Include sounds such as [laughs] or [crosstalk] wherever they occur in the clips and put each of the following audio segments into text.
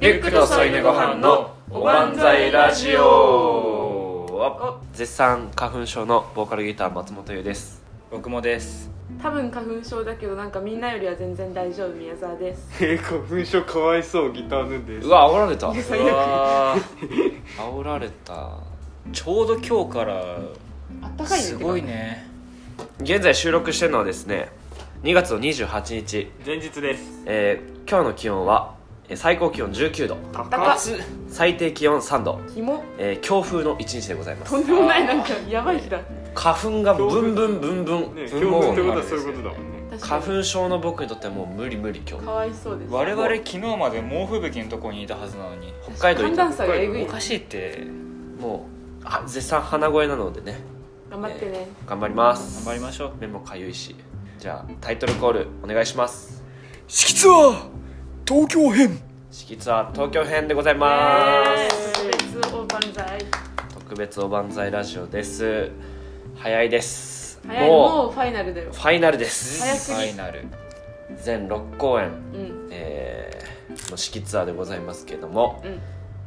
ゆっくと添い寝ご飯のおばんざいラジオ絶賛花粉症のボーカルギター松本優です僕もです多分花粉症だけどなんかみんなよりは全然大丈夫宮沢ですえー、花粉症かわいそうギターぬんですうわ煽られたうわー煽られたちょうど今日からあったかいねすごいね現在収録してるのはですね2月の28日、前日ですえー今日の気温はえー最高気温19度高高っ暑っ最低気温3度、てか肝えー強風の一日でございますとんでもないなんかやばい日だ花粉がブンブンブンブンブねン強ブ風ンってことはそういうことだもんね確か花に粉症の僕にとってはもう無理無理今日かわいそうです我々昨日まで猛吹雪のとこにいたはずなのに北海道寒行った暖差がえぐいおかしいってもうあ絶賛鼻声なのでね頑張ってね頑張ります頑張りましょう目もかゆいしじゃあタイトルコールお願いします四季ツアー東京編式ツアー東京編でございまえす、ー別おばんざい特別おばんざいラジオです早いです早いもうファイナルだよファイナルでフす早すぎァイナル全6公演、うんえーの式ツアーでございますけどもうん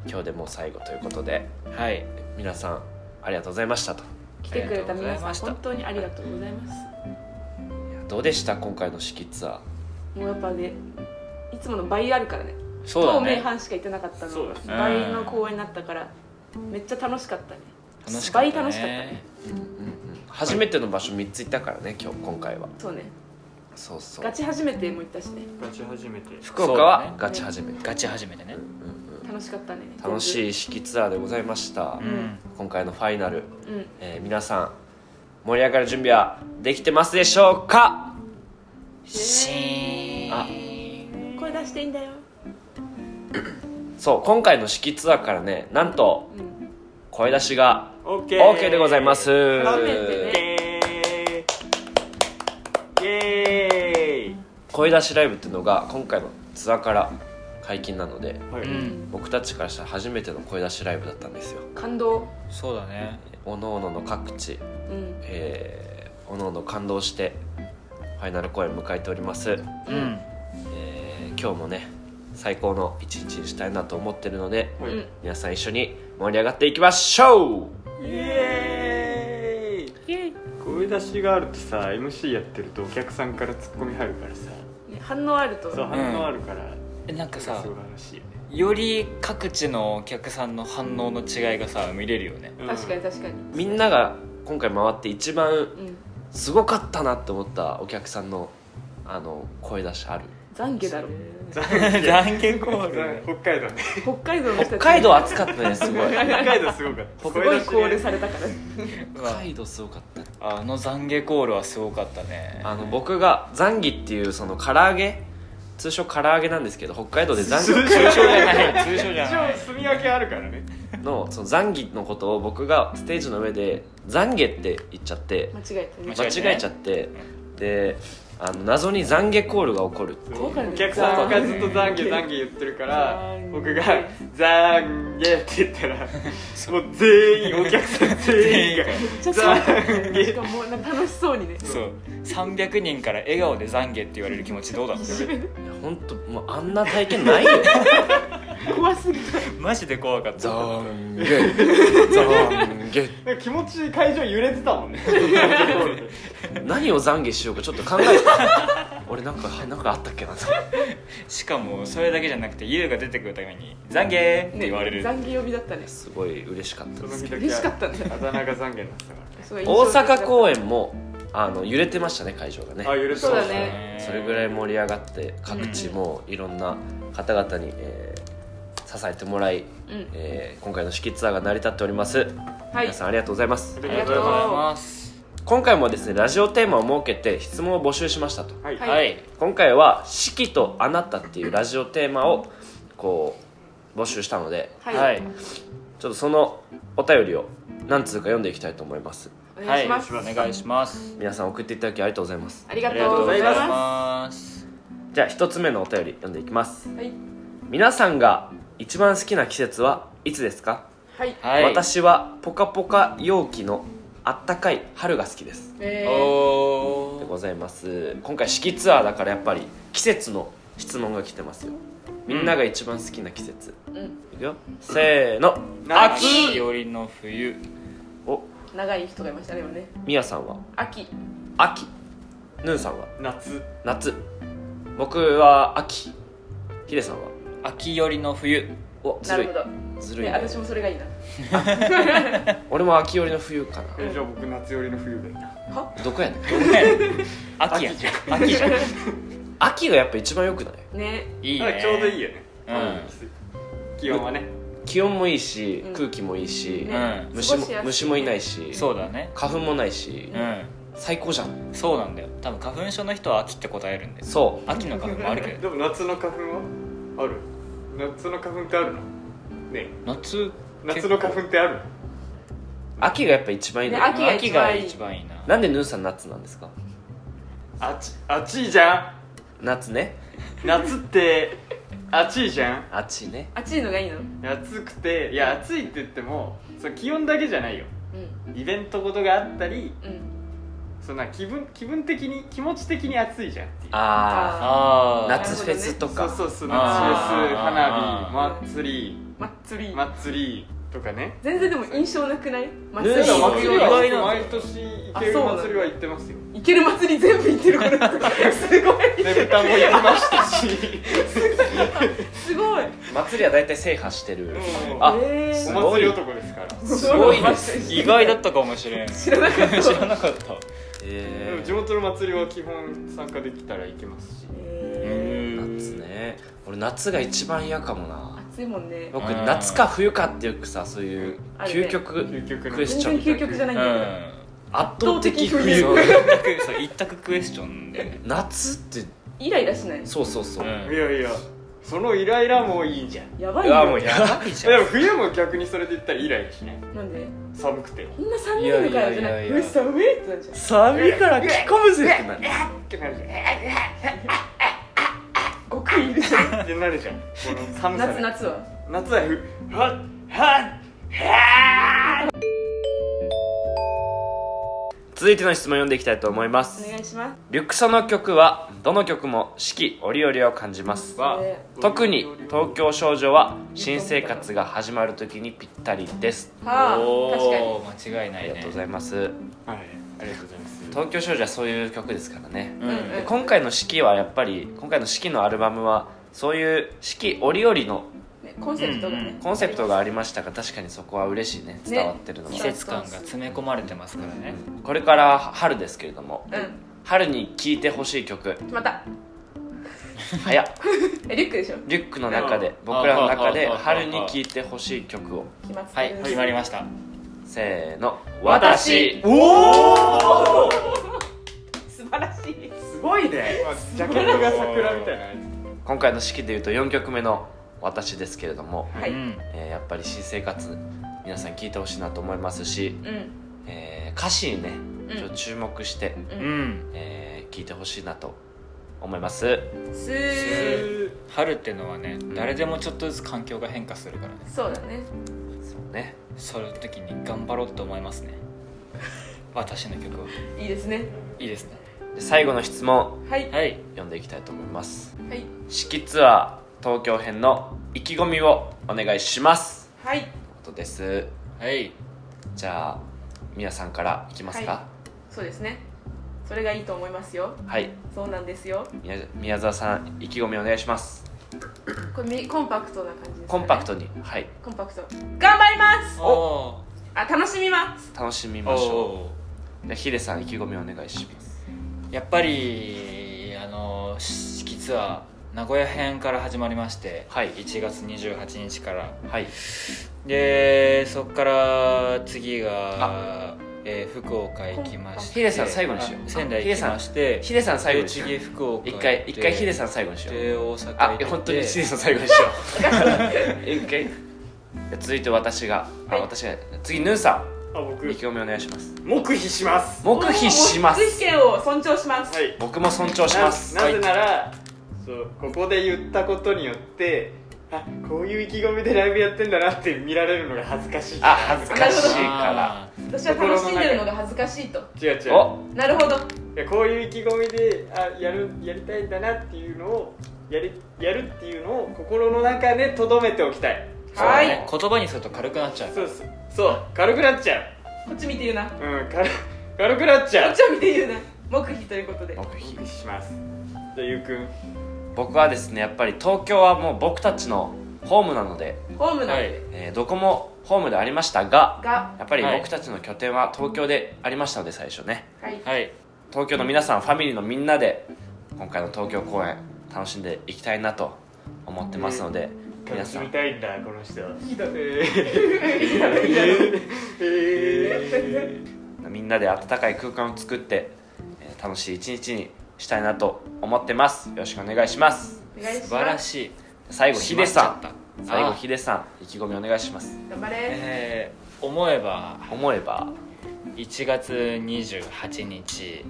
今日でもう最後ということではい皆さんありがとうございましたと来てくれたあ皆りがとうございさまんした本当にありがとうございますどうでした今回の式ツアーもうやっぱねいつもの倍あるからねそうだ当ね名阪しか行ってなかったのそうだね倍の公演になったからめっちゃ楽しかったね楽しかったね倍楽しかったね初めての場所3つ行ったからね今日今回はそうねそうそガうチ初めても行ったしね勝ち始めて福岡そうだはねガチ初めて、ガチ初めてね楽しかったね楽しい式ツアーでございました、うん今回のファイナル、全部うんえー皆さん盛り上がる準備はできてますでしょうかシーンあ声出していいんだよ、そう今回の式ツアーからねなんとうん、声出しが OK OK でございます、初めてイねエーイイエ声出しライブっていうのが今回のツアーから解禁なのでーイはういん僕たちからしたら初めての声出しライブだったんですよ感動そうだねおのおのの各地うんえー、おのおの感動してファイナル公演迎えております、うんえー今日もね最高の一日にしたいなと思ってるのではういん皆さん一緒に盛り上がっていきましょうイエーイ声出しがあるとさ MC やってるとお客さんからツッコミ入るからさね反応あるとそう反応あるから、えなんかさ素晴らしいよねより各地のお客さんの反応の違いがさ見れるよねうん確かに確かにみんなが今回回って一番うんすごかったなって思ったお客さんのあの声出しある懺悔だろ残 [laughs] 残念コ残ール北海道ね北海道の人たち北海道暑かったねすご [laughs] い北海道すごかっすごたいコール声出しねされたから北海道すごかったあの懺悔コールはすごかったねあの僕がザンギっていうその唐揚げ通称唐揚げなんですけど北海道でザンギ通通称じゃない通称じゃ一な応い住み分けあるからねのそのザンギのことを僕がステージの上でザンゲって言っちゃって間違えてね間間違え違えてねちゃってであの謎にザンゲコールが起こる怖かったお客さんがずっと「懺悔懺悔」言ってるから懺悔僕が「懺悔」って [laughs] 言ったらもう全員お客さん全員がめっちゃ怖かったねしかももうなんか楽しそうにねそう300人から笑顔で懺悔って言われる気持ちどう [laughs] だったいや本当もうあんな体験ない [laughs] よ怖すぎたマジで怖かったンゲザンゲなんか気持ち会場揺れてたもんね何をザンゲしようかちょっと考えて俺なんかなんかあったっけなしかもそれだけじゃなくて優が出てくるために「懺悔!」って言われる、懺悔呼びだったねすごい嬉しかったそでのす日だけ [laughs] 嬉しかったねあだ名が懺悔になってたかすごい印大象的だった阪公演もあの揺れてましたね会場がねらねあ揺れてたそうだねそれぐらい盛り上がって各地うんもういろんな方々に、えー支えてもらい、うんえー今回の式ツアーが成り立っております、はい皆さんありがとうございますありありががととううごござざいいます今回もですねラジオテーマを設けて質問を募集しましたとはいははい、今回は「式とあなた」っていうラジオテーマをこう募集したのではいはいちょっとそのお便りを何通か読んでいきたいと思いますお願いしますお願いします皆さん送っていただきありがとうございますありがとうございありがとうござまいますじゃあ1つ目のお便り読んでいきますすはい皆さんが一番好きな季節はいつですかはいはい私はポカポカ陽気のあったかい春が好きですえーおでーございます今回四季ツアーだからやっぱり季節の質問が来てますよみんなが一番好きな季節、うんいくよせーの秋よりの冬お長い人がいましたね今ねみやさんは秋秋ぬんさんは夏夏僕は秋ヒデさんは秋よりの冬おずなるるいほどずるい、ねね、私もそれがいいな [laughs] 俺も秋寄りの冬かなえじゃあ僕夏寄りの冬がいいなはどこやねん秋やん秋じゃん秋がやっぱ一番良くないねいい [laughs] あねちょうどいいよね、うん気温はね気温もいいし、うん空気もいいし、ねうん虫も過ごしやすい虫もいないしそうだね花粉もないし、うん最高じゃんそうなんだよ多分花粉症の人は秋って答えるん [laughs] でそ秋の花粉もあるけどでも夏の花粉はある夏の花粉ってあるのねえ夏夏の花粉ってあるのう秋がやっぱ一番いいんだよ、ね秋が秋一が番いい一番いいななんでヌーさん夏なんですかあっちあっちいじゃ夏ねん夏ってあっちいじゃん暑いね暑いのがいいのうん暑くていや暑いって言ってもその気温だけじゃないよイベントごとがあったりうんそんな気分気分的に気持ち的に暑いじゃんっていうああーあ夏フェスとか、そうそうそう夏フェスあー花火祭り祭り祭りとかね全然でも印象なくない祭ねりだからそう祭り意外なはんだ毎年行ける祭りは行ってますよ行ける祭り全部行ってるこれすごいねぶたも行きましたしすごい祭りは大体制覇してる、うんあえ [laughs] すおごい祭り男ですからすごいです意外だったかもしれ [laughs] ん知らなかった [laughs] 知らなかったでえも地元の祭りは基本参加できたら行けますしえー、夏ね俺夏が一番嫌かもなー暑いもんね僕うん夏か冬かってよくさそういうあるね究極、究極のクエ全スチョ然ン究極じゃないんうだよ、ん圧倒的冬圧倒そう一択そう一択クエスチョンでね夏ってイライラしないそうそうそう、いやいやそのイライラもいいじゃんやばいいやもようやばいじゃんでも冬も逆にそれで言ったらイライラしないなんで寒くてこんな寒いのかよじゃないやいやいやいやうっ寒いってなっちゃう寒いから着込むぜってなるってなるじ極意いるじゃんゃんってなるじゃんこの寒さ夏で夏は夏はふはっはっ続いての質問読んでいきたいと思いまお願すいしますリュクソの曲はどの曲も四季折々を感じますはえ特に東京少女は新生活が始まる時にぴったりですはあ確かにおー間違いなあいりねがとうございますはいありがとうございます東京少女はそういう曲ですからね、うんうんうんで今回の四季はやっぱり今回の四季のアルバムはそういう四季折々のねコンセプトがね、うんうんコンセプトがありましたが確かにそこは嬉しいね伝わってるのが、季節感が詰め込まれてますからねこれから春ですけれどもう春に聴いてほしい曲んまた早っえリュックでしょリュックの中でうん僕らの中でああああ春に聴いてほしい曲を決まってはいる決まりましたせーの私おお [laughs] 素晴らしいすごいねジャケットが桜みたいな今回の式でいうと4曲目の「私」ですけれども、はいうんえーやっぱり新生活皆さん聴いてほしいなと思いますし、うんえー歌詞にねうんちょっと注目して聴、ううんんえー聴いてほしいなと思いますすー春ってのはねん誰でもちょっとずつ環境が変化するからねそうだねそうねその時に頑張ろうと思います [laughs] ね私の曲はいいですねいいですねで最後の質問はいははい読んでいきたいと思いますい式ツアー東京編の意気込みをお願いしますはいということですはいじゃあみやさんからいきますかそうですねそれがいいと思いますよはい、そうなんですよ宮宮沢さん意気込みお願いしますこれみコンパクトな感じですかねコンパクトにはいコンパクト頑張りますおあ楽しみます楽しみーましょおうでヒデさん意気込みお願いしますーやっぱりあの四季ツアー名古屋編から始まりまして、はい1月28日からはいでそこから次が、えー福岡行きましてヒデさん最後にしようあ仙台行きましてヒデさん最後にしようで次福岡行って一回一回ヒデさん最後にしようで大阪行あって本当にヒデさん最後にしよう [laughs] 一回で続いて私が、はあい私が次ヌーさあん僕意気込みお願いします黙秘します黙秘しまおーもうす自主権を尊重しますはい僕も尊重しますななぜならそうここで言ったことによってあこういう意気込みでライブやってんだなって見られるのが恥ずかしいあ恥ずかしいかあ私は楽しんでるのが恥ずかしいと違う違うらおなるほどいやこういう意気込みであやるやりたいんだなっていうのをやりやるっていうのを心の中でとどめておきたいはいそうだね言葉にすると軽くなっちゃうそうそうそう軽くなっちゃこっち見て言うなこううん軽軽くなっちゃうっちを見て言うな黙秘ということで目標お聞きしますじゃあゆうくん僕はですねやっぱり東京はもう僕たちのホームなので、ホームなんはいでえーどこもホームでありましたががやっぱりはい僕たちの拠点は東京でありましたので最初ねはいはい東京の皆さんファミリーのみんなで今回の東京公演楽しんでいきたいなと思ってますので、皆楽さしんみたいんだこの人いいだねみんなで温かい空間を作って、えー楽しい一日にしたいなと思ってますよろしくお願いしますお願いします素晴らしい最後ヒデさ閉まっんちゃった最後あーヒデさん意気込みお願いします頑張れえー思えば思えば、 1月28日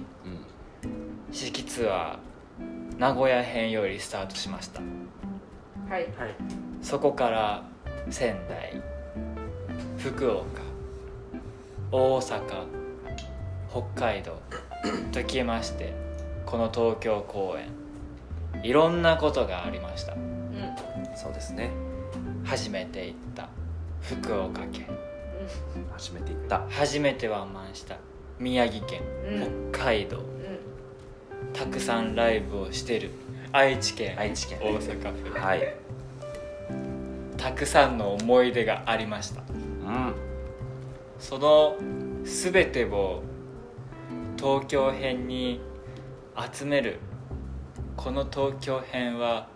うん、四季ツアー名古屋編よりスタートしましたはいはいそこから仙台福岡大阪北海道ときましてこの東京公演いろんなことがありましたうんうんそうですね初めて行った福岡県初めて行った初めてワンマンした宮城県うん北海道うんたくさんライブをしてる愛知県愛知県大阪府はいたくさんの思い出がありましたうんその全てを東京編に集めるこの東京編は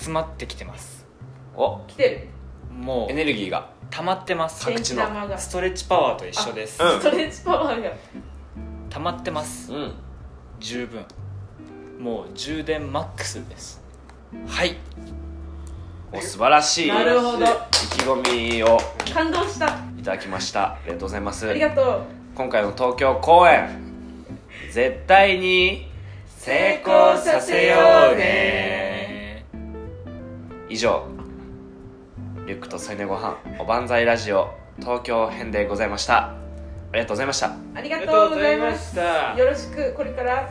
集まってきてますお来てもエうネルギーが溜まってまする各地の玉がスストレッチパワーと一緒です、うんトレッチパワーが溜まってますうん十分もう充電マックスですはいお素晴らしいなるほど意気込みを感動したあいただきましたありがとうございますりがとう今回の東京公演絶対に成功させようね以上リュックと添い寝ご飯おばんざいラジオ東京編でございましたありがとうございましたありあがりとがとううごござざいいまますしたよろしくこれから